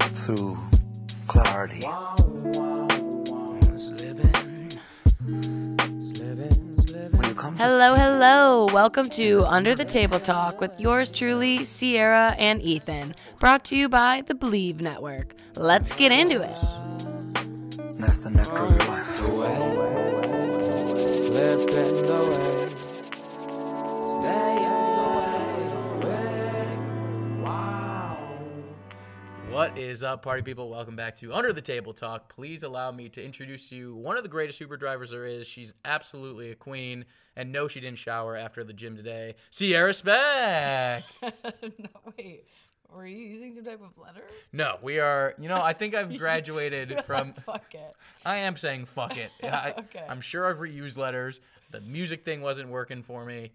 through clarity. When you come to Hello, hello. Welcome to Under the Table Talk with yours truly, Sierra and Ethan, brought to you by the Believe Network. Let's get into it. that's the nectar of your life. What is up, party people? Welcome back to Under the Table Talk. Please allow me to introduce you one of the greatest Uber drivers there is. She's absolutely a queen, and no, she didn't shower after the gym today. Sierra Speck. no, wait. Were you using some type of letter? No, we are. You know, I think I've graduated from. Fuck it. I am saying fuck it. I, Okay. I'm sure I've reused letters. The music thing wasn't working for me.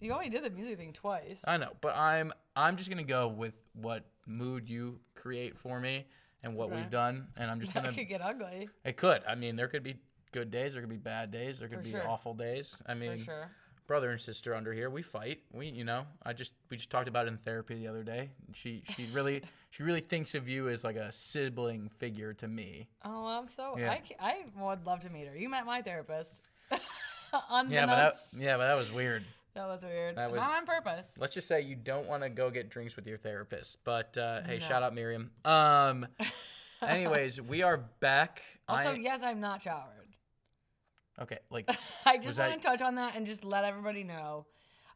You only did the music thing twice. I know, but I'm I'm just gonna go with what mood you create for me and what we've done, and I'm just that gonna could get ugly It could. I mean, there could be good days. There could be bad days. There could For be sure. awful days. I for mean, sure. brother and sister under here, we fight. We, you know, I just we just talked about it in therapy the other day. She she really she really thinks of you as like a sibling figure to me. Oh, I'm so. Yeah. I, c- I would love to meet her. You met my therapist. Yeah, but that Unbeknownst. yeah, but that was weird. That was weird. That was- Not on purpose. Let's just say you don't want to go get drinks with your therapist. But uh, hey, No. shout out Miriam. Um, anyways, we are back. Also, I- yes, I'm not showered. Okay, like I just that- want to touch on that and just let everybody know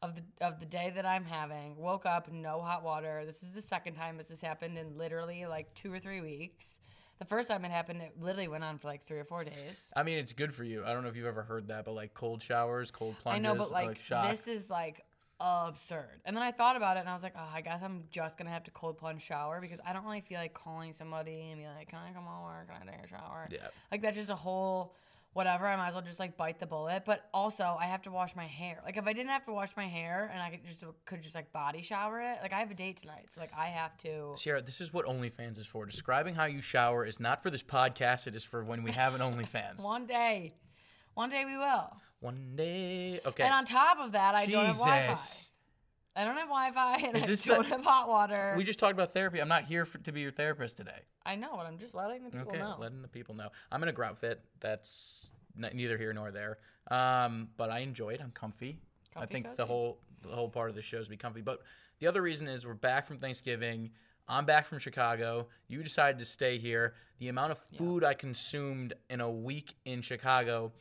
of the of the day that I'm having. Woke up, no hot water. This is the second time this has happened in literally like two or three weeks. The first time it happened, it literally went on for like three or four days. I mean, it's good for you. I don't know if you've ever heard that, but like cold showers, cold plunges, I know, but like, shock. this is like absurd. And then I thought about it and I was like, oh, I guess I'm just gonna have to cold plunge shower because I don't really feel like calling somebody and be like, can I come over? Can I take a shower? Yeah. Like that's just a whole whatever. I might as well just like bite the bullet. But also, I have to wash my hair. Like if I didn't have to wash my hair and I could just could just like body shower it. Like I have a date tonight, so like I have to. Sierra, this is what OnlyFans is for. Describing how you shower is not for this podcast. It is for when we have an OnlyFans. One day, one day we will. One day. Okay. And on top of that, I don't have Wi-Fi. Jesus. I don't have Wi-Fi, and Is I this don't the- have hot water. We just talked about therapy. I'm not here for, to be your therapist today. I know, but I'm just letting the people Okay. know. Letting the people know. I'm in a grout fit. That's n- neither here nor there. Um, but I enjoy it. I'm comfy. I Comfy think the cozy. whole the whole part of the show is be comfy. But the other reason is we're back from Thanksgiving. I'm back from Chicago. You decided to stay here. The amount of food I consumed in a week in Chicago,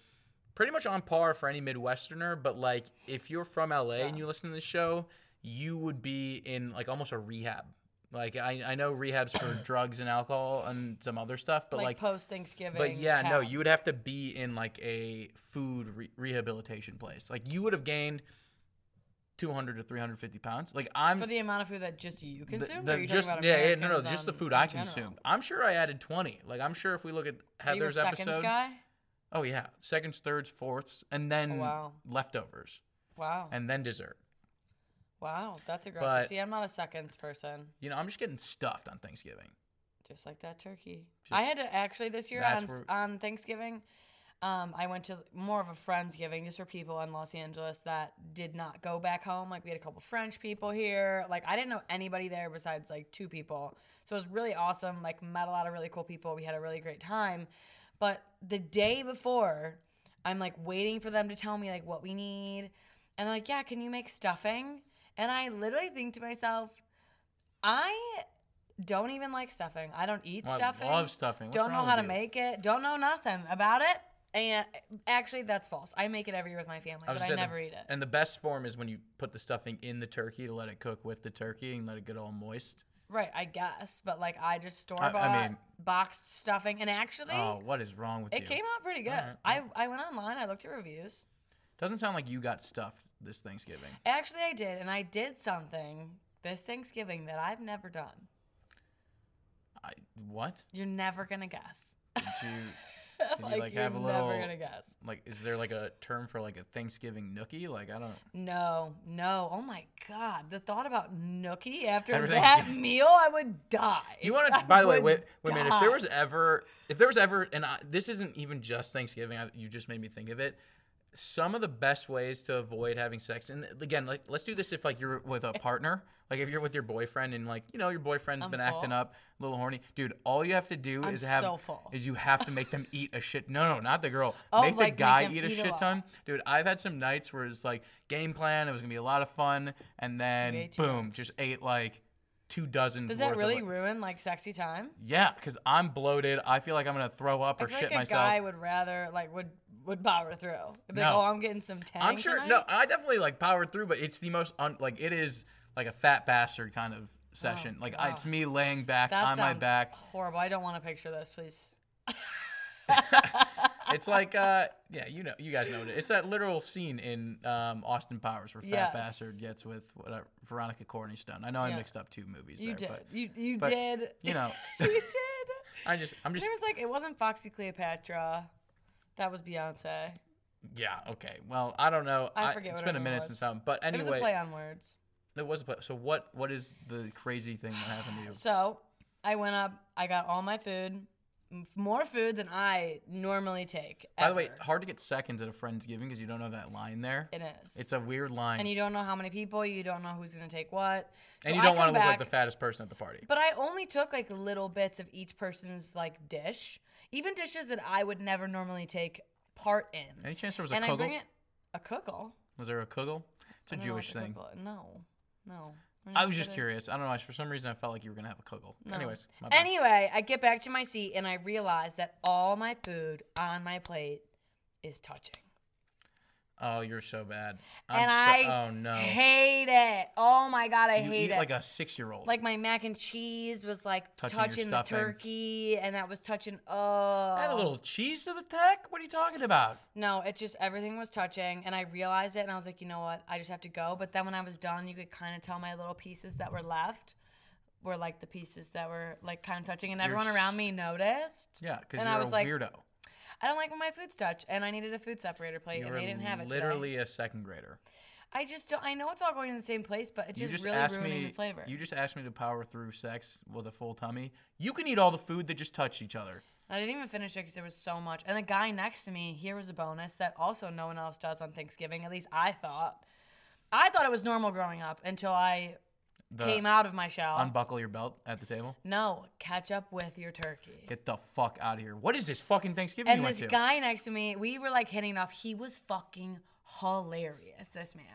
pretty much on par for any Midwesterner. But like, if you're from LA and you listen to this show, you would be in like almost a rehab. Like I, I know rehabs for drugs and alcohol and some other stuff, but like, like, post Thanksgiving. but yeah, no, hell. you would have to be in like a food re- rehabilitation place. Like you would have gained 200 to 350 pounds. Like I'm for the amount of food that just you the- consume. the- or are you talking just about yeah, yeah, no, no, Americans just the on- food in I general? consumed. I'm sure I added 20. Like I'm sure if we look at You were Heather's seconds episode, guy. oh yeah, seconds, thirds, fourths, and then Oh, wow. leftovers, Wow, and then dessert. wow, that's aggressive. But- See, I'm not a seconds person. You know, I'm just getting stuffed on Thanksgiving. Just like that turkey. I had to actually this year That's on s- where- on Thanksgiving. Um, I went to more of a friends giving. These were people in Los Angeles that did not go back home. Like we had a couple French people here. Like I didn't know anybody there besides like two people. So it was really awesome. Like met a lot of really cool people. We had a really great time. But the day before, I'm like waiting for them to tell me like what we need. And they're like, yeah, can you make stuffing? And I literally think to myself, I don't even like stuffing. I don't eat Well, I stuffing. love stuffing. What's don't know wrong how with to you? make it. Don't know nothing about it. And actually, that's false. I make it every year with my family, was but I gonna say the- never eat it. And the best form is when you put the stuffing in the turkey to let it cook with the turkey and let it get all moist. Right, I guess. But like, I just store I- I bought mean- boxed stuffing. And actually, Oh, what is wrong with it you? came out pretty good. Alright, I, I went online, I looked at reviews. Doesn't sound like you got stuffed this Thanksgiving. Actually, I did. And I did something this Thanksgiving that I've never done. I what? You're never going to guess. Did you did you like you're have a never little going to guess. like is there like a term for like a Thanksgiving nookie? Like I don't No, no. Oh my God. The thought about Nookie after Everything- that meal, I would die. You want I to? By the way, would wait, wait a minute. If there die. was ever, if there was ever, and I, this isn't even just Thanksgiving, I, you just made me think of it. some of the best ways to avoid having sex and again like let's do this if like you're with a partner like if you're with your boyfriend and like you know your boyfriend's I'm been full. acting up a little horny dude all you have to do I'm is have so full. is you have to make them eat a shit no no not the girl Oh, make the like, make guy them eat a eat a shit lot. ton dude i've had some nights where it's like game plan it was gonna be a lot of fun and then ate too boom just ate like two dozen Does worth that of, really like- ruin like sexy time? yeah because i'm bloated i feel like i'm gonna throw up I or feel shit like a myself guy would rather like would would power through. It'd No. be Like, oh, I'm getting some tang. I'm sure. No, tonight." I definitely like powered through, but it's the most un- like it is like a fat bastard kind of session. like I, it's me laying back Oh, that on my sounds back. Horrible. I don't want to picture this, please. It's like uh yeah, you know, you guys know it. It's that literal scene in um, Austin Powers where fat Yes. bastard gets with whatever, Veronica Corningstone. I know I Yeah. mixed up two movies You there, did. but you you but, did. you know, you did. I just I'm just There was like it wasn't Foxy Cleopatra. That was Beyonce. yeah okay. Well, I don't know. I forget It's what been her a name minute was. since I'm. But anyway, It was a play on words. It was a play. So what what is the crazy thing that happened to you? So I went up. I got all my food, m- more food than I normally take. By the way, ever. hard to get seconds at a friend's giving because you don't know that line there. it is. It's a weird line. and you don't know how many people. You don't know who's gonna take what. So And you I don't come want to look like back- the fattest person at the party. But I only took like little bits of each person's like dish, even dishes that I would never normally take part in. Any chance there was a and I bring kugel? it a kugel. Was there a kugel? It's a I don't know Jewish what the thing. kugel- No, no. don't I know was what just that is. curious. I don't know. For some reason, I felt like you were gonna have a kugel. No. Anyways, my bad. anyway, I get back to my seat and I realize that all my food on my plate is touching, oh, you're so bad. I'm and so, I oh no. hate it. Oh my god, I you hate eat it. like a six-year-old. like my mac and cheese was like Touching touching, your the stuffing. turkey, and that was touching. Oh, add a little cheese to the tech. What are you talking about? No, it just everything was touching, and I realized it, and I was like, you know what? I just have to go. But then when I was done, you could kind of tell my little pieces that were left were like the pieces that were like kind of touching, and everyone s- around me noticed. Yeah, because And you're I a was like, weirdo. I don't like when my food's touched, and I needed a food separator plate, You and were they didn't have it. today. literally a second grader. I just don't. I know it's all going in the same place, but it's you just, just really asked ruining me. the flavor. You just asked me to power through sex with a full tummy. You can eat all the food that just touched each other. I didn't even finish it because there was so much. And the guy next to me, here was a bonus that also no one else does on Thanksgiving. At least I thought. I thought it was normal growing up until I The, came out of my shell. Unbuckle your belt at the table. No, catch up with your turkey. Get the fuck out of here. What is this fucking Thanksgiving And you went this to? guy next to me, we were like hitting it off. He was fucking hilarious, this man.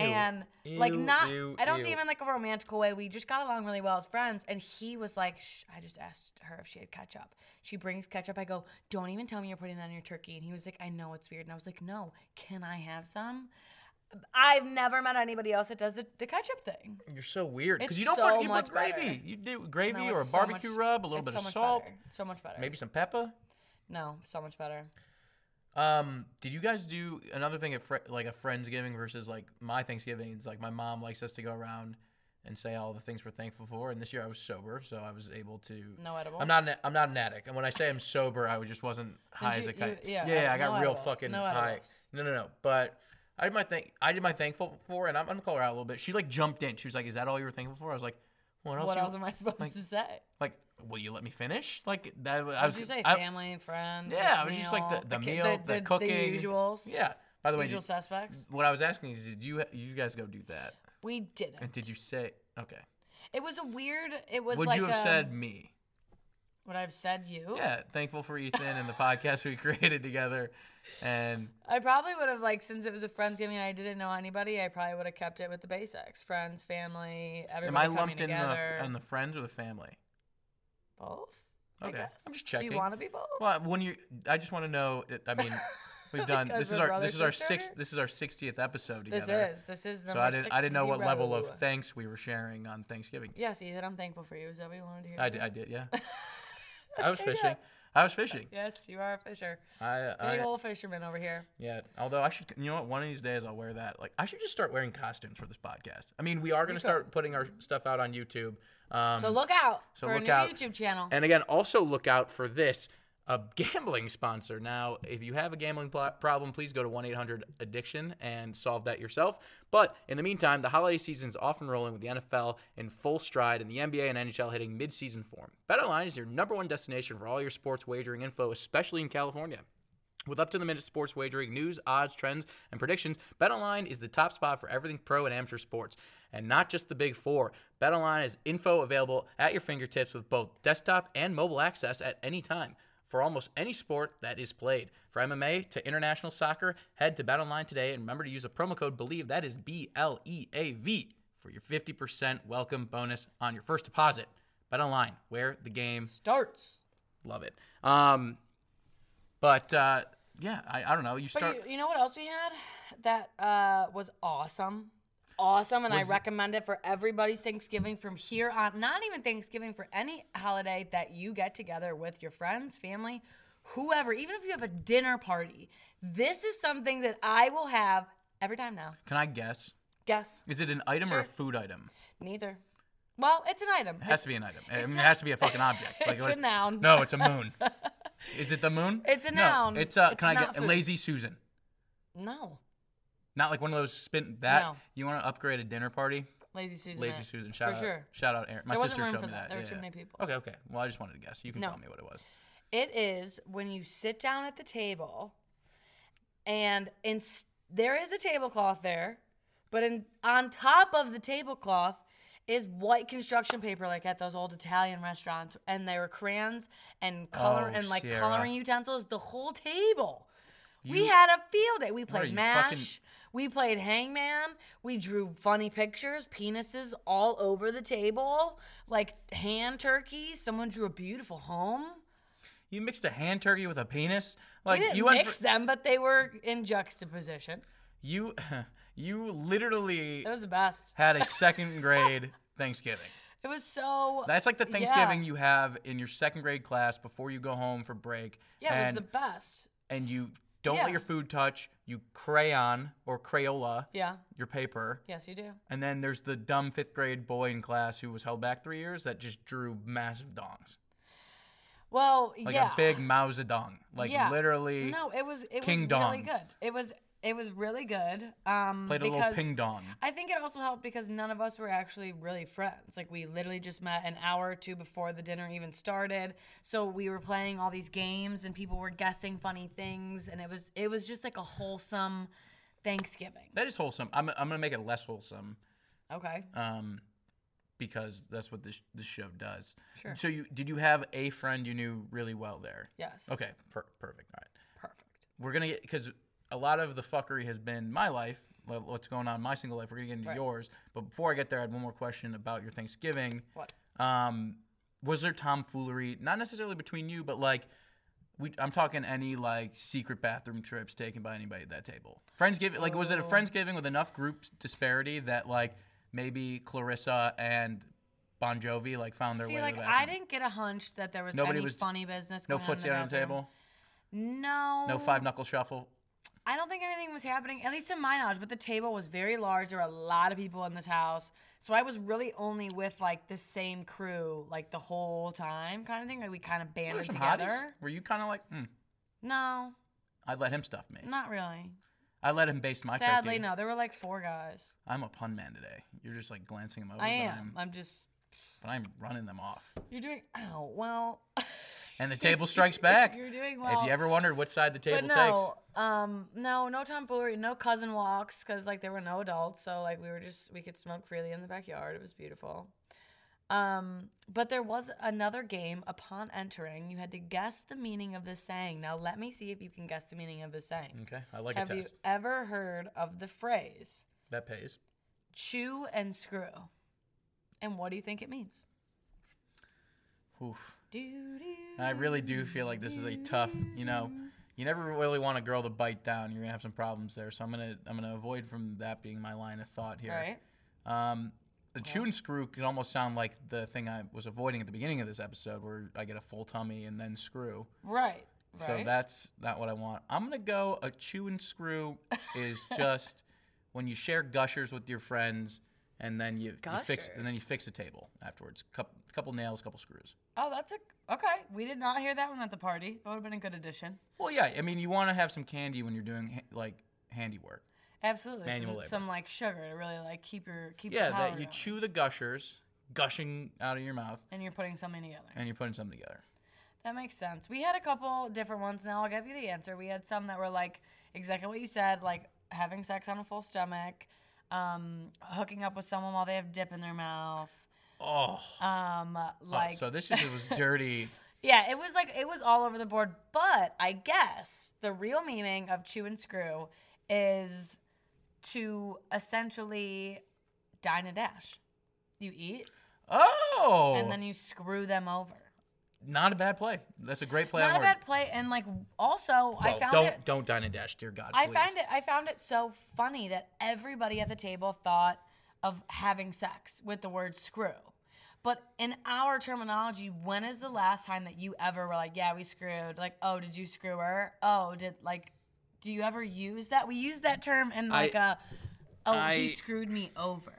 and like Ew, not ew, I don't ew. see him in like a romantical way. We just got along really well as friends. And he was like, Shh, I just asked her if she had ketchup. She brings ketchup. I go, Don't even tell me you're putting that on your turkey. And he was like, I know it's weird. And I was like, No, can I have some? I've never met anybody else that does the, the ketchup thing. You're so weird because It's you don't so put you much put gravy. better. You do gravy No, or a it's so much- barbecue rub, a little it's bit so of much salt, better. So much better. maybe some pepper. no, so much better. Um, did you guys do another thing at fri like a friendsgiving versus like my Thanksgiving? It's like my mom likes us to go around and say all the things we're thankful for. And this year I was sober, so I was able to. No edibles. I'm not. An, I'm not an addict. And when I say I'm sober, I just wasn't high you- as a kite. you- yeah, yeah, uh, I got no real edibles, fucking no high. edibles. No, no, no. But I did my thing. I did my thankful for, and I'm, I'm gonna call her out a little bit. She like jumped in. She was like, "Is that all you were thankful for?" I was like, "What else?" What you- else am I supposed like- to say? like, will you let me finish? Like that. I I was. you say I- family, friends? yeah, this I was just like the, the ki- meal, the, cooking, the usuals, Yeah. By the way, usual did- suspects. what I was asking is, did you you guys go do that? We didn't. And did you say okay? It was a weird. It was Would like um, you have a- said me? Would I've said you? Yeah, thankful for Ethan and the podcast we created together, and I probably would have like since it was a friendsgiving and I didn't know anybody. I probably would have kept it with the basics: friends, family, am everybody I coming lumped in together. the on the friends or the family? both? I Okay, guess. I'm just Do checking. you want to be both? Well, when you, I just want to know. I mean, we've done Because this is we're our brother, this is our sister? sixth this is our 60th episode this together. is this is So number I didn't I didn't know what level of 60. thanks we were sharing on Thanksgiving. Yes, Ethan, I'm thankful for you. Is that what you wanted to hear? I did, I did yeah. I was Okay, yeah. fishing. I was fishing. Yes, you are a fisher. I, Big I old fisherman over here. yeah. Although I should, you know what? One of these days I'll wear that. Like I should just start wearing costumes for this podcast. I mean, we are going to could. start putting our stuff out on YouTube. Um, So look out so for look a new out. YouTube channel. and again, also look out for this a gambling sponsor. Now, if you have a gambling pl- problem, please go to 1 800 Addiction and solve that yourself. But in the meantime, the holiday season is off and rolling with the NFL in full stride and the NBA and NHL hitting midseason form. BetOnline is your number one destination for all your sports wagering info, especially in California. With up to the minute sports wagering news, odds, trends, and predictions, BetOnline is the top spot for everything pro and amateur sports, and not just the big four. BetOnline has info available at your fingertips with both desktop and mobile access at any time for almost any sport that is played. For MMA to international soccer, head to BetOnline today and remember to use the promo code BELIEVE, that is B L E A V, for your 50% welcome bonus on your first deposit. BetOnline, where the game Starts. Love it. Um, but uh, yeah, I, I don't know. You start. But you, you know what else we had that uh, was awesome? Awesome, and Was- I recommend it for everybody's Thanksgiving from here on. Not even Thanksgiving, for any holiday that you get together with your friends, family, whoever, even if you have a dinner party. This is something that I will have every time now. Can I guess? Guess. Is it an item or a Sure. food item? Neither. Well, it's an item. It has to be an item. I mean, it has to be a fucking object. It's a noun. No, it's a moon. Is it the moon? It's a no, noun. It's uh, It's can I not get food. lazy Susan? No. Not like one of those spin that No. you want to upgrade a dinner party. Lazy Susan. Lazy right. Susan, shout For out, sure. shout out, Aaron. My There wasn't sister room showed for me that. that. There were yeah, too yeah. many people. Okay, okay. Well, I just wanted to guess. You can No. tell me what it was. It is when you sit down at the table, and in, there is a tablecloth there, but in, on top of the tablecloth is white construction paper, like at those old Italian restaurants, and there were crayons and color Oh, and like Sierra. coloring utensils. The whole table. we You- had a field day. We are played you, mash. fucking- We played hangman. We drew funny pictures, penises all over the table, like hand turkeys. Someone drew a beautiful home. You mixed a hand turkey with a penis. Like we didn't you went mix fr- them, but they were in juxtaposition. you you literally It was the best. had a second grade Thanksgiving. It was so. That's like the Thanksgiving Yeah, you have in your second grade class before you go home for break. yeah it and, was the best. and you don't Yeah. let your food touch. You crayon or Crayola Yeah. your paper. Yes, you do. And then there's the dumb fifth grade boy in class who was held back three years that just drew massive dongs. Well, Like yeah. a big Mao Zedong. Like Yeah. literally No, it was. It King was Dong. really good. It was. It was really good. Um, played a little because- ping dong. I think it also helped because none of us were actually really friends. Like we literally just met an hour or two before the dinner even started. So we were playing all these games and people were guessing funny things and it was it was just like a wholesome Thanksgiving. That is wholesome. I'm, I'm going to make it less wholesome Okay. um, because that's what this, this show does. Sure. So you did you have a friend you knew really well there? Yes. Okay, per- perfect. All right. Perfect. we're gonna get because a lot of the fuckery has been my life wha- what's going on in my single life we're gonna get into Right. yours but before i get there i had one more question about your thanksgiving What? um was there tomfoolery not necessarily between you but like we, I'm talking any like secret bathroom trips taken by anybody at that table. Friendsgiving, like, was it a Oh. friendsgiving with enough group disparity that like maybe Clarissa and Bon Jovi like found their See, way like to the I bathroom? didn't get a hunch that there was Nobody any was- funny business. No going on in footsie on the bathroom. table. No. No five knuckle shuffle. I don't think anything was happening, at least to my knowledge, but the table was very large. There were a lot of people in this house. So I was really only with like the same crew like the whole time kind of thing. Like we kind of Were there banded some together. hotties? Were you kind of like, hmm, No, I'd let him stuff me. not really. I let him base my Sadly, turkey. no. There were like four guys. I'm a pun man today. You're just like glancing them over. I but am. I'm- I'm just But I'm running them off. You're doing oh well And the table strikes back. You're doing well. If you ever wondered which side the table But no, um, no, no tomfoolery, no cousin walks, because like there were no adults, so like we were just we could smoke freely in the backyard. It was beautiful. Um, but there was another game. Upon entering, you had to guess the meaning of this saying. Now let me see if you can guess the meaning of this saying. takes. Okay, I like Have a you test. ever heard of the phrase That pays. "chew and screw"? And what do you think it means? Oof. Doo-doo. I really do feel like this is a tough. You know, you never really want a girl to bite down. You're gonna have some problems there. So I'm gonna I'm gonna avoid from that being my line of thought here. All right. Um, the chew and screw could almost sound like the thing I was avoiding at the beginning of this episode, where I get a full tummy and then screw. Right. Right. So that's not what I want. I'm gonna go. A chew and screw is just when you share gushers with your friends, and then you, you fix and then you fix a table afterwards. Couple, couple nails, couple screws. Oh, that's a okay. We did not hear that one at the party. That would have been a good addition. Well, yeah. I mean, you want to have some candy when you're doing ha- like handiwork. Absolutely. Manual some, labor. some like sugar to really like keep your keep Yeah, your power that you going. chew the gushers, gushing out of your mouth, and you're putting something together. and you're putting something together. That makes sense. We had a couple different ones. Now I'll give you the answer. We had some that were like exactly what you said, like having sex on a full stomach, um, hooking up with someone while they have dip in their mouth. Oh, Um, like so this is, was dirty. yeah, it was like it was all over the board. But I guess the real meaning of chew and screw is to essentially dine and dash. You eat Oh, and then you screw them over. not a bad play. That's a great play. Not on a word. bad play. And like also, I Well, found don't it. don't dine and dash, dear God. I please. found it. I found it so funny that everybody at the table thought of having sex with the word screw. But in our terminology, when is the last time that you ever were like, "Yeah, we screwed." Like, "Oh, did you screw her?" "Oh, did like, do you ever use that?" We use that term in like a, "Oh, I- he screwed me over."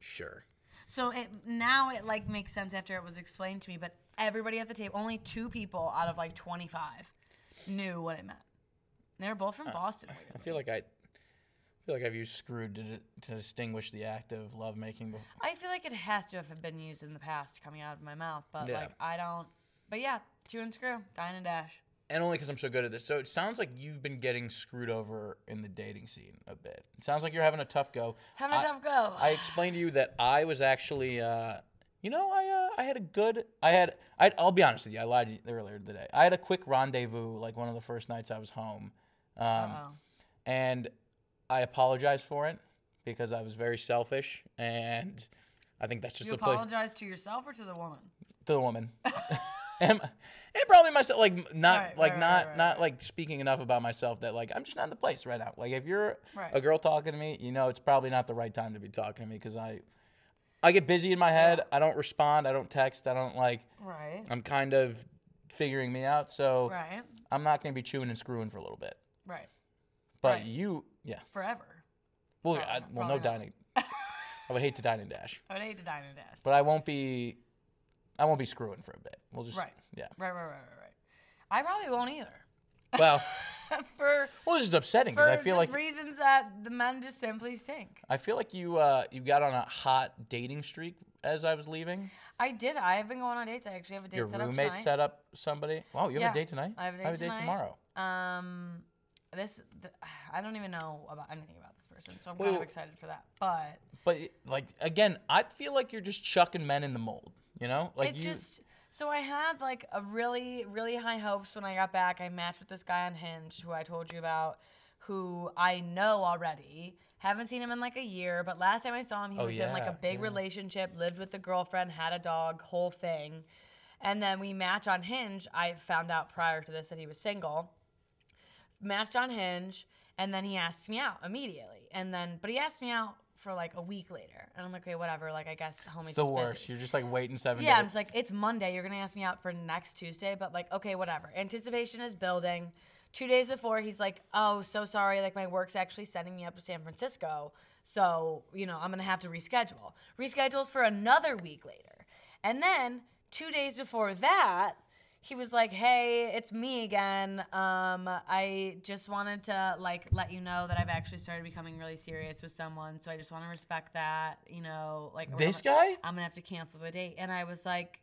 Sure. So it now it like makes sense after it was explained to me. But everybody at the table, only two people out of like twenty five, knew what it meant. They were Uh. both from Boston. I feel like I, feel like I've used screwed to, to distinguish the act of lovemaking. bef- I feel like it has to have been used in the past coming out of my mouth, but Yeah. like I don't. But yeah, chew and screw, dine and dash. and only because I'm so good at this. So it sounds like you've been getting screwed over in the dating scene a bit. It sounds like you're having a tough go. Having a I- tough go. I explained to you that I was actually, uh, you know, I uh, I had a good, I had, I, I'll be honest with you, I lied to you earlier today. I had a quick rendezvous, like one of the first nights I was home, um, oh, and I apologized for it because I was very selfish, and I think that's just you a place apologize to yourself or to the woman? to the woman. and, and probably myself like m- not Right, like right, right, not right, not like speaking enough about myself that like I'm just not in the place right now. Like if you're Right. a girl talking to me, you know it's probably not the right time to be talking to me because I I get busy in my head. I don't respond. I don't text. I don't like. Right. I'm kind of figuring me out, so Right. I'm not gonna be chewing and screwing for a little bit. Right. But Right. you, yeah. Forever. Well, Probably I, not- well, probably no not. dining. I would hate to dine and dash, I would hate to dine and dash. but I won't be. I won't be screwing for a bit. We'll just Right. yeah. Right. Right. Right. Right. Right. I probably won't either. Well, for well, it's just upsetting because for I feel just like reasons that the men just simply stink. I feel like you uh, you got on a hot dating streak as I was leaving. I did. I have been going on dates. I actually have a date Your set roommate up tonight. set up somebody. Wow, you have Yeah, a date tonight. I have a date tonight. tomorrow. Um, this th- I don't even know about anything about this person, so I'm kind Well- of excited for that. But But it- like again, I feel like you're just chucking men in the mold. You know, like it you. just so I had like a really really high hopes when I got back. I matched with this guy on Hinge who I told you about, who I know already. Haven't seen him in like a year, but last time I saw him, he Oh, was in like yeah, a big relationship, lived with the girlfriend, had a dog, whole thing. And then we match on Hinge. I found out prior to this that he was single. matched on Hinge, and then he asked me out immediately. And then, but he asked me out for like a week later, and I'm like, okay, whatever. Like, I guess homie's it's the just worst. busy." You're just like waiting seven Yeah, I'm days. just like, it's Monday. You're gonna ask me out for next Tuesday, but like, okay, whatever. Anticipation is building. Two days before, he's like, oh, so sorry. Like, my work's actually sending me up to San Francisco, so you know, I'm gonna have to reschedule. Reschedules for another week later, and then two days before that, he was like, "Hey, it's me again. Um, I just wanted to like let you know that I've actually started becoming really serious with someone, so I just want to respect that. You know, like or This I'm, guy? I'm gonna have to cancel the date." And I was like,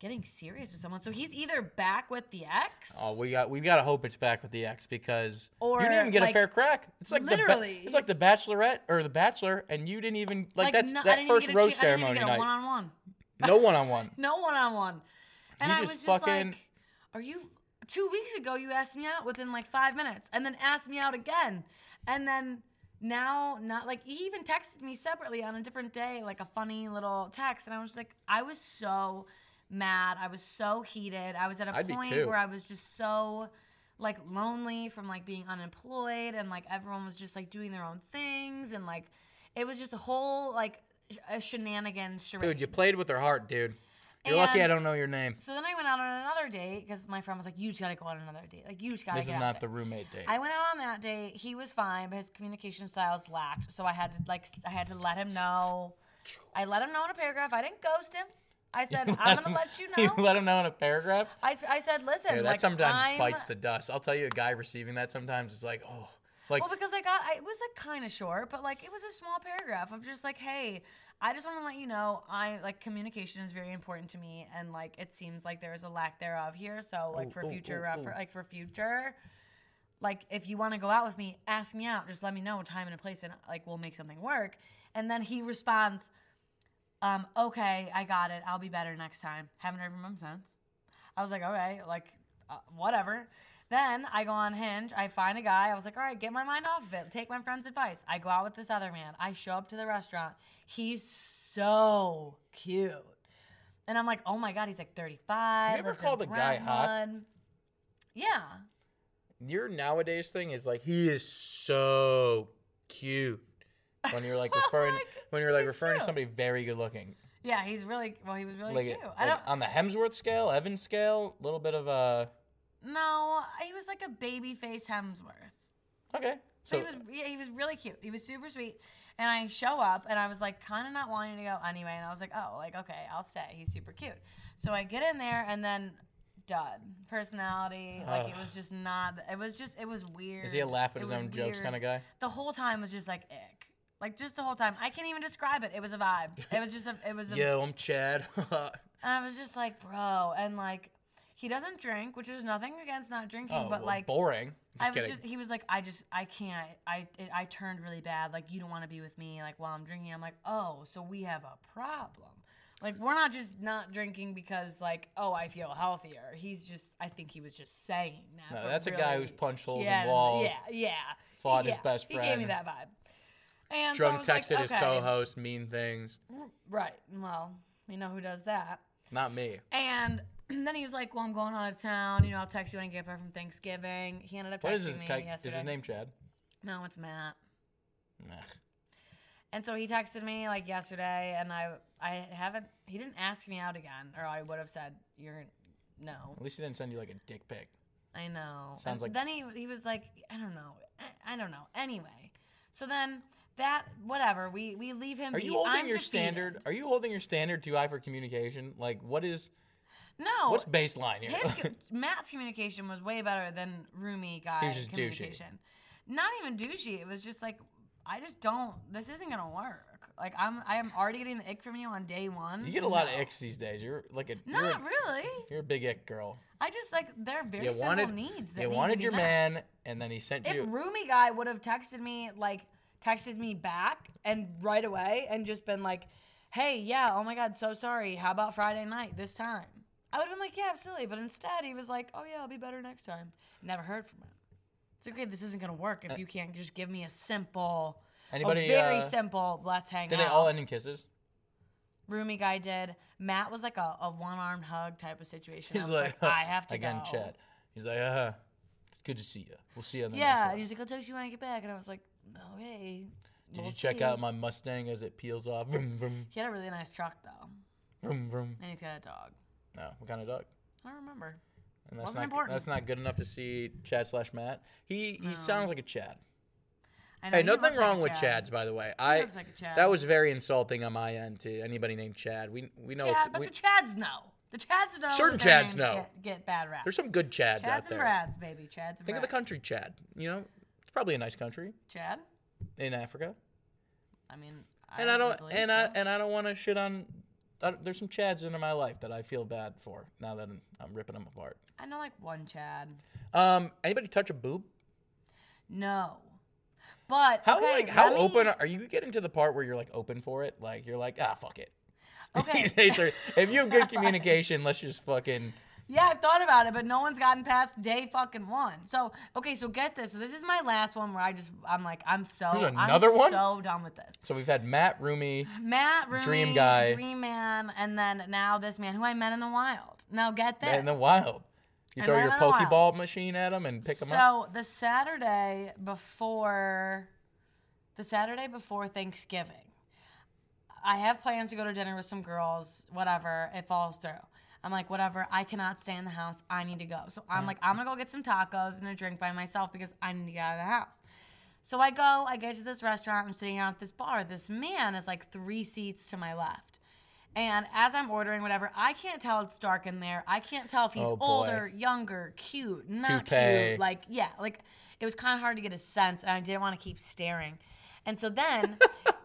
"Getting serious with someone? So he's either back with the ex? Oh, we got we got to hope it's back with the ex because Or, you didn't even get a like, fair crack. It's like the literally. ba- it's like the Bachelorette or the Bachelor, and you didn't even like, that's no- I that didn't even first get a rose chance- I didn't even ceremony get a night. one-on-one. No one on one. No one-on-one. And You I was just just fucking- like, "Are you?" Two weeks ago, you asked me out within like five minutes, and then asked me out again, and then now not like he even texted me separately on a different day, like a funny little text, and I was like, I was so mad, I was so heated, I was at a I'd be too. point where I was just so like lonely from like being unemployed, and like everyone was just like doing their own things, and like it was just a whole like sh- a shenanigans charade. Dude, you played with her heart, dude. You're lucky I And- don't know your name. So then I went out on another date because my friend was like, "You just gotta go on another date. Like you just gotta." This is get out not the there." roommate date. I went out on that date. He was fine, but his communication styles lacked. So I had to like, I had to let him know. I let him know in a paragraph. I didn't ghost him. I said, "I'm gonna let you know." you let him know in a paragraph. I, I said, "Listen, Yeah, that like sometimes I'm, bites the dust. I'll tell you, a guy receiving that sometimes is like, oh, Like, well, because I got I, it was like kind of short, but like it was a small paragraph of just like, hey, I just want to let you know, I like communication is very important to me, and like it seems like there is a lack thereof here. So like Oh, for oh, future oh, refer- oh. like for future, like if you want to go out with me, ask me out. Just let me know time and a place, and like we'll make something work. And then he responds, um, okay, I got it. I'll be better next time. Haven't heard from him since. I was like, okay, like, uh, whatever. Then I go on Hinge. I find a guy. I was like, all right, get my mind off of it. Take my friend's advice. I go out with this other man. I show up to the restaurant. He's so cute. And I'm like, oh my God, he's like 35. You ever lives in called a guy hot? Brentwood. Yeah. your nowadays thing is like he is so cute. When you're like referring, when you're like he's referring cute. to somebody very good looking, Yeah, he's really, well, he was really like, cute. like uh, I don't, on the Hemsworth scale, Evans scale, a little bit of a no, he was like a baby face Hemsworth. okay. But So he was yeah, he was really cute. He was super sweet. And I show up and I was like kind of not wanting to go anyway. And I was like, oh, like okay, I'll stay. He's super cute. So I get in there and then dud personality. Like it Ugh. was just not. It was just it was weird. is he a laugh at It his was own jokes weird. kind of guy? The whole time was just like ick. Like just the whole time. I can't even describe it. It was a vibe. It was just a. It was a. Yo, I'm Chad. Oh, And I was just like, bro, and like. He doesn't drink, which is nothing against not drinking, oh, but well, like boring. I Just was kidding. just, he was like, I just, I can't, I, it, I turned really bad. Like, you don't want to be with me, like, while I'm drinking. I'm like, oh, so we have a problem. Like, we're not just not drinking because, like, oh, I feel healthier. He's just, I think he was just saying that. No, but that's a guy really- who's punched holes in yeah, walls, Yeah, yeah. fought yeah, his best He gave me friend. that vibe. And so I Drunk was texted like, his okay. co-host mean things. Right. Well, you know who does that. Not me. And then he was like, well, I'm going out of town. You know, I'll text you when I get back from Thanksgiving. He ended up texting What is his? me ca- yesterday. Is his name Chad? No, it's Matt. Nah. And so he texted me like yesterday, and I I haven't. He didn't ask me out again, or I would have said you're no. At least he didn't send you like a dick pic. I know. Sounds And like- Then he he was like, I don't know, I, I don't know. Anyway, so then that whatever we we leave him. Are be. you holding I'm your defeated. standard? Are you holding your standard too high for communication? Like, what is No. what's baseline here? Oh, his co- Matt's communication was way better than Roomy guy was just douchey. communication. Not even douchey. It was just like I just don't. This isn't gonna work. Like I'm I am already getting the ick from you on day one. you get a lot of No. icks these days. You're like a you're, Not a- really. you're a big ick girl. I just like they're very You simple wanted needs. That you need wanted to be your met. man, and then he sent If you. Roomy guy would have texted me like texted me back and right away and just been like, "Hey, yeah, oh my god, so sorry. How about Friday night this time?" I would have been like, "Yeah, absolutely." But instead, he was like, "Oh yeah, I'll be better next time." Never heard from him. It's okay. This isn't gonna work if you can't just give me a simple, Uh, Anybody, a very uh, simple. Let's hang Did out. they all end in kisses? Roomy guy did. Matt was like a, a one armed hug type of situation. I He's was like, I have to again, go. Chad. He's like, uh, good to see you. We'll see you on the Yeah, next and one. he's like, I'll text you when I get back. And I was like, okay. Did you check out my Mustang as it peels off? Vroom, vroom, He had a really nice truck, though. vroom, vroom. And he's got a dog. No, what kind of dog? I don't remember. And that's Wasn't not important. that's not good enough to see Chad slash Matt. He he sounds like a Chad. I know Hey, he nothing looks like a wrong with Chad. Chads, by the way. I looks like a Chad. that was very insulting on my end to anybody named Chad. We we know Chad, but we- the Chads know. The Chads know. Certain that their Chads names know. Get, get bad raps. there's some good Chads, Chads out and there. Brads, baby. Chads and Think of Brads. the country Chad. You know, it's probably a nice country Chad? in Africa. I mean, And I, don't believe and so. I and I don't want to shit on. I, don't- there's some Chads in my life that I feel bad for now that I'm, I'm ripping them apart. I know like one Chad. Um, anybody touch a boob? No. But How okay, like how Remy- open are, are you getting to the part where you're like open for it? Like you're like ah fuck it. Okay. It's like, if you have good communication, let's just fucking. Yeah, I've thought about it, but no one's gotten past day fucking one. So okay, so get this. So this is my last one where I just I'm like I'm so There's another I'm one? so done with this. So we've had Matt Roomy. Matt Rooney, Dream guy. dream man, and then now this man who I met in the wild. Now get this. And the wild. You And throw then your in the wild. Pokeball machine at them and pick them up. So the Saturday before, the Saturday before Thanksgiving, I have plans to go to dinner with some girls. Whatever, it falls through. I'm like, whatever. I cannot stay in the house. I need to go. So I'm like, I'm gonna go get some tacos and a drink by myself because I need to get out of the house. So I go, I get to this restaurant, I'm sitting out at this bar. This man is like three seats to my left. And as I'm ordering whatever, I can't tell it's dark in there. I can't tell if he's Oh, boy. older, younger, cute, not Toupee. cute. Like, yeah, like it was kind of hard to get a sense, and I didn't want to keep staring. And so then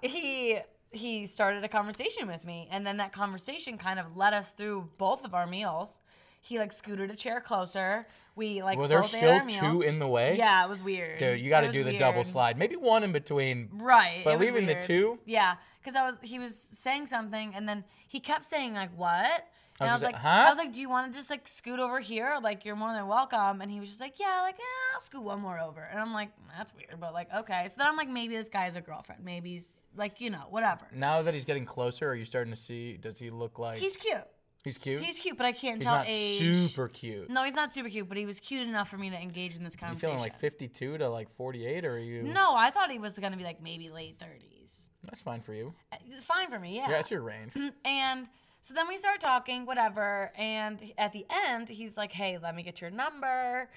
he he started a conversation with me, and then that conversation kind of led us through both of our meals. He like scooted a chair closer. We like Well, there's both ate still our two meals. in the way. Yeah, it was weird. Dude, you got It to was do the double weird. slide. Maybe one in between. Right. But it was leaving the weird. two? Yeah, because I was he was saying something and then he kept saying like what. And I was was, gonna like, say, I huh? was like, do you want to just like scoot over here? Like, you're more than welcome. And he was just like, yeah, like, eh, I'll scoot one more over. And I'm like, that's weird, but like, okay. So then I'm like, maybe this guy's a girlfriend. Maybe he's like, you know, whatever. Now that he's getting closer, are you starting to see? Does he look like He's cute. he's cute? He's cute, but I can't He's tell not age. super cute. No, he's not super cute, but he was cute enough for me to engage in this you conversation. feeling like 52 to like 48, or are you? no, I thought he was gonna be like maybe late 30s. That's fine for you. Uh, Fine for me, Yeah, that's your range. And so then we start talking, whatever. And at the end, he's like, "Hey, let me get your number.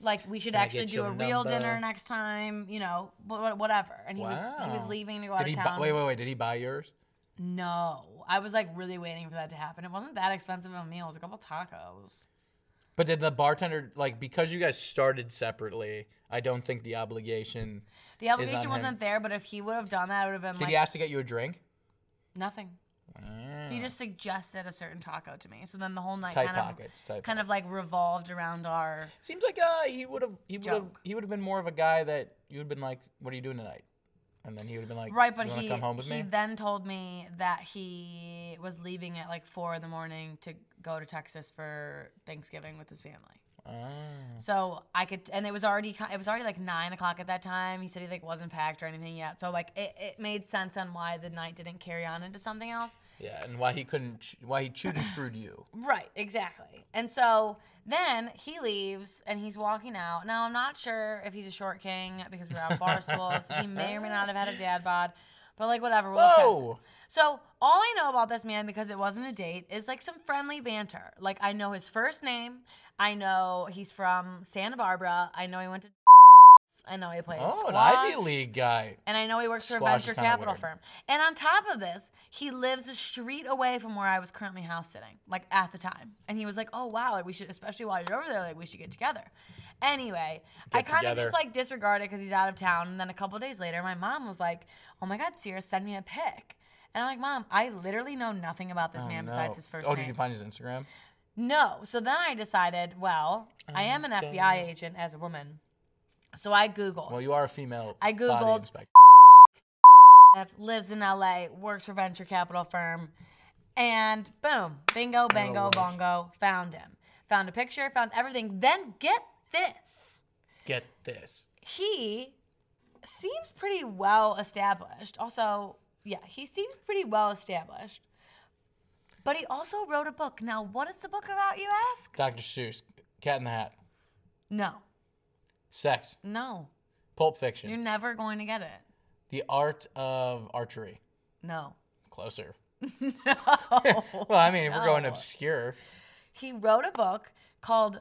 Like, we should Can I actually get do your a real number?" dinner next time. You know, wh- wh- whatever." And he was he was Wow. leaving to go out Did of he? Buy, town. wait, wait, wait. Did he buy yours? No, I was like really waiting for that to happen. It wasn't that expensive of a meal. It was a couple tacos. But did the bartender like because you guys started separately? I don't think the obligation. The obligation him. wasn't there, but if he would have done that, it would have been Did like he ask to get you a drink? nothing. Ah, He just suggested a certain taco to me. So then the whole night Tight kind pockets. Tight. of kind of like revolved around our Seems like uh, he would have. He would have. Joke. He would have been more of a guy that you would have been like, "What are you doing tonight?" And then he would have been like, Right, but you wanna he come home with me." he then told me that he was leaving at like four in the morning to go to Texas for Thanksgiving with his family. Ah. So I could, and it was already ki- it was already like nine o'clock at that time. He said he like wasn't packed or anything yet. So like it, it made sense on why the night didn't carry on into something else. Yeah, and why he couldn't, ch- why he chewed and screwed you. Right, exactly. And so then he leaves and he's walking out. Now I'm not sure if he's a short king because we're on bar stools. he may or may not have had a dad bod, but like whatever. We'll look past it. Whoa! So all I know about this man because it wasn't a date is like some friendly banter. Like I know his first name. I know he's from Santa Barbara. I know he went to. I know he played Oh, an squash. Ivy League guy. And I know he works for a Squash is venture kinda capital weird. firm. And on top of this, he lives a street away from where I was currently house sitting, like at the time. And he was like, "Oh wow, like we should, especially while you're over there, like we should get together." Anyway, I kind of together. just like disregarded because he's out of town. And then a couple days later, my mom was like, "Oh my God, Sierra, send me a pic." And I'm like, "Mom, I literally know nothing about this man No. besides his first Oh, name." did you find his Instagram? No. So then I decided, well, I am an FBI agent as a woman. So I Googled. Well, you are a female. I body Googled- inspector. F- lives in LA, works for venture capital firm, and boom, bingo, bango, worse. bongo, found him. Found a picture, found everything. Then get this. Get this. He seems pretty well established. Also, yeah, he seems pretty well established. But he also wrote a book. Now, what is the book about, you ask? Dr. Seuss, Cat in the Hat, No. Sex, No. Pulp You're Fiction, never going to get it. The Art of Archery. No. Closer. No. Well, I mean, if we're going No. obscure, he wrote a book called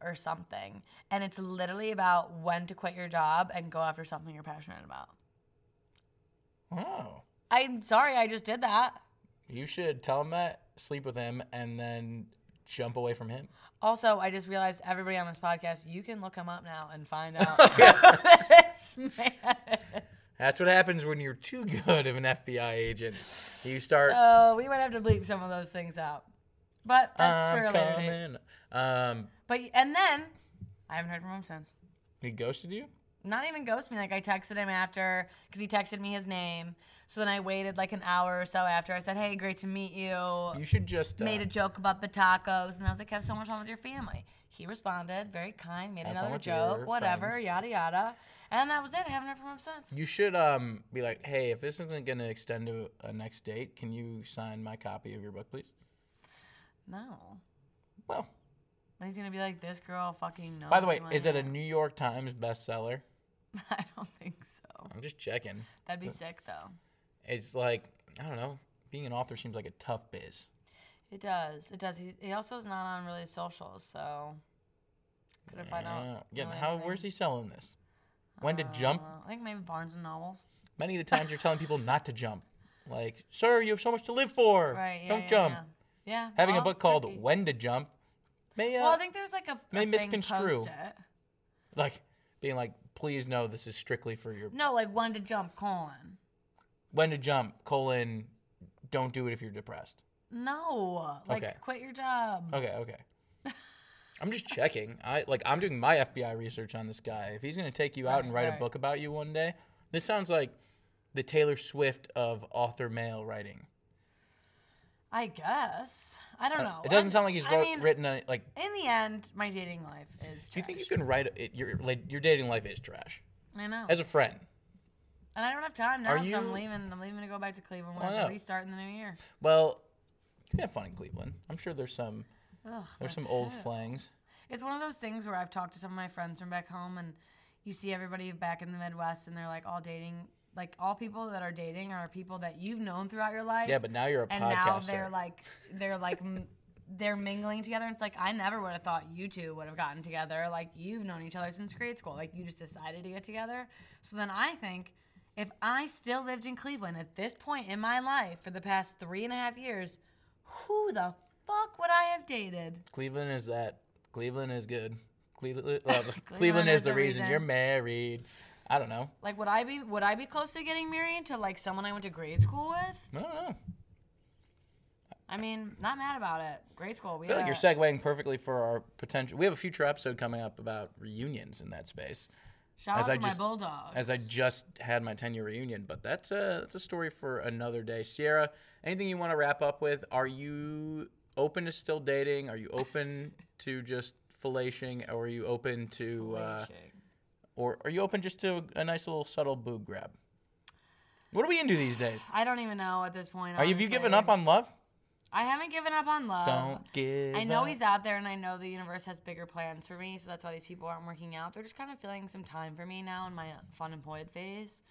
or something and it's literally about when to quit your job and go after something you're passionate about oh, i'm sorry i just did that you should tell him that, sleep with him, and then jump away from him. also i just realized everybody on this podcast you can look him up now and find out who this man is That's what happens when you're too good of an FBI agent. You start. so we might have to bleep some of those things out but that's for a I'm later date coming. Um, but and then i haven't heard from him since he ghosted you. not even ghost me. Like I texted him after because he texted me his name. So then I waited like an hour or so after. I said, "Hey, great to meet you." You should just uh, Made a joke about the tacos, and I was like, "Have so much fun with your family." He responded, very kind. Made Have fun another with your joke, whatever, friends. yada yada, and that was it. I haven't heard from him since. You should um be like, hey, if this isn't gonna extend to a next date, can you sign my copy of your book, please? No, Well, he's gonna be like, "This girl fucking knows." by the way, who I is it a am." New York Times bestseller? I don't think so. I'm just checking. That'd be sick though. It's like I don't know. Being an author seems like a tough biz. It does. It does. He, he also is not on really socials, so could have found Yeah. out. Yeah. really How? anything. Where's he selling this? When to jump? Uh, I think maybe Barnes and Nobles. Many of the times you're telling people not to jump. Like, sir, you have so much to live for. Right. Yeah, Don't yeah, jump. Yeah. yeah. Having a well, book called tricky. "When to Jump" may uh, Well, I think there's like a, a may thing misconstrue. post it. Like being like, please no, this is strictly for your No, like when to jump con. when to jump colon. Don't do it if you're depressed. No, like Okay. quit your job. Okay, okay. I'm just checking. I like I'm doing my FBI research on this guy. If he's gonna take you out and write a right. book about you one day, this sounds like the Taylor Swift of author male writing. I guess. I don't know. Uh, It doesn't I'm- sound like he's I wrote, mean, written a, like. In the end, my dating life is. Trash. Do you think you can write it? Your like your dating life is trash. I know. As a friend, and I don't have time now. Are 'cause you- I'm leaving. I'm leaving to go back to Cleveland. We're Why gonna have not? to restart in the new year. well, you can have fun in Cleveland. I'm sure there's some Ugh, there's some old flangs. It's one of those things where I've talked to some of my friends from back home, and you see everybody back in the Midwest, and they're like all dating. Like all people that are dating are people that you've known throughout your life. Yeah, but now you're a and now podcaster. they're like they're like m- they're mingling together and it's like i never would have thought you two would have gotten together like you've known each other since grade school like you just decided to get together so then i think if i still lived in cleveland at this point in my life for the past three and a half years who the fuck would i have dated Cleveland is that. Cleveland is good. Cleveland, Cleveland Cleveland is is the the reason reason. you're married. I don't know. like would i be would i be close to getting married to like someone i went to grade school with I don't know. i mean not mad about it grade school we I feel had like a- you're segueing perfectly for our potential. We have a future episode coming up about reunions in that space. shout as out to I my just- bulldogs As I just had my 10 year reunion, but that's a that's a story for another day. Sierra, anything you want to wrap up with? Are you open to still dating? Are you open to just fellating, or are you open to, uh, or are you open just to a nice little subtle boob grab? What are we into these days? I don't even know at this point. Are you, have you honestly. given up on love? I haven't given up on love. Don't give. Oh. I know up. he's out there, and I know the universe has bigger plans for me, so that's why these people aren't working out. They're just kind of filling some time for me now in my fun employed phase.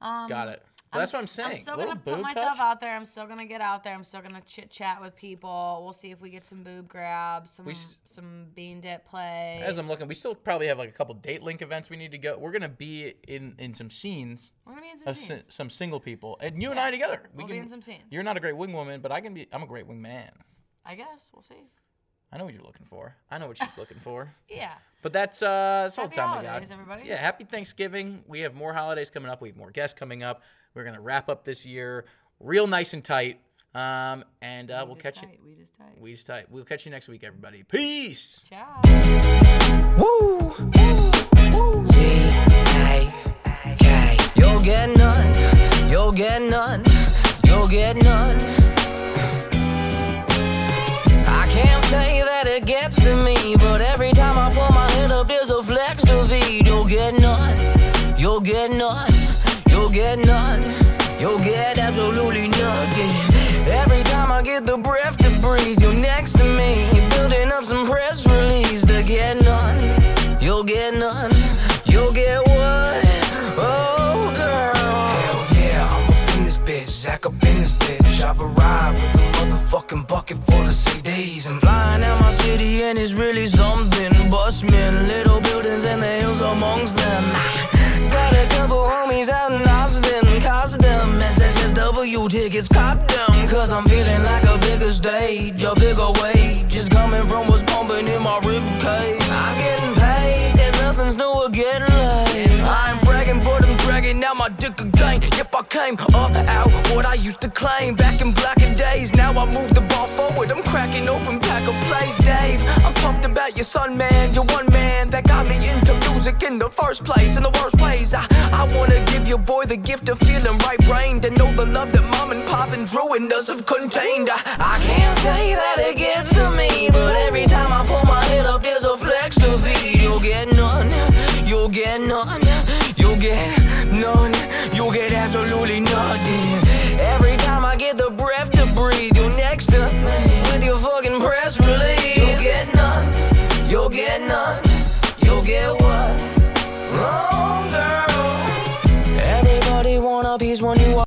Um, Got it. Well, that's what I'm s- saying. I'm still little gonna put boob myself touch? out there. I'm still gonna get out there. I'm still gonna chit chat with people. We'll see if we get some boob grabs, some s- some bean dip play. As I'm looking, we still probably have like a couple date link events we need to go. We're gonna be in in some scenes We're gonna be in some of si- scenes. some single people, and you and I together. We We'll be in some scenes. You're not a great wing woman, but I can be. I'm a great wing man. I guess we'll see. I know what you're looking for. I know what she's looking for. Yeah. But that's uh, that's all the Happy time we holidays, got. everybody. Yeah, happy Thanksgiving. We have more holidays coming up. We have more guests coming up. We're gonna wrap up this year real nice and tight. Um, and uh, we'll Just catch you. tight. We just tight. We just tight. We'll catch you next week, everybody. Peace. Ciao. Woo! G-A-K. You'll get none. You'll get none. You'll get none. I can't say that it gets to me, but every time I pull my head up, there's a flex to feed. You'll get none. You'll get none. You'll get none. You'll get absolutely nothing. Every time I get the breath to breathe, you're next to me, building up some press release to get none. You'll get none. You'll get what? Oh, girl. Hell yeah, I'm up in this bitch, Zach up in this bitch. I've arrived with a motherfucking bucket full of CDs. I'm flying out my city and it's really something. Busmen, little buildings and the hills amongst them. Got a couple homies out in Austin, Cosdem. SSSW tickets, cop them. Cause I'm feeling like a bigger stage, a bigger wage. Just coming from what's pumping in my ribcage. I'm getting paid and nothing's new or getting laid. I'm bragging for them dragging out my dick again. Yep, I came up out what I used to claim back in blacker days. Now I move the ball forward. I'm cracking open pack of plays, Dave. I'm pumped about your son, man. You're one man that got me into music in the first place. In the worst ways, I, I wanna give your boy the gift of feeling right brained and know the love that mom and pop and Drew and us have contained. I, I can't say that it gets to me, but every time I pull my head up, there's a flex to feed. You'll get none. You'll get none. You'll get none. You'll get absolutely nothing. Every time I get the breath to breathe, you're next to me with your fucking press release. You'll get none. You'll get none. You'll get what? Wrong, girl. Everybody want a piece when you walk.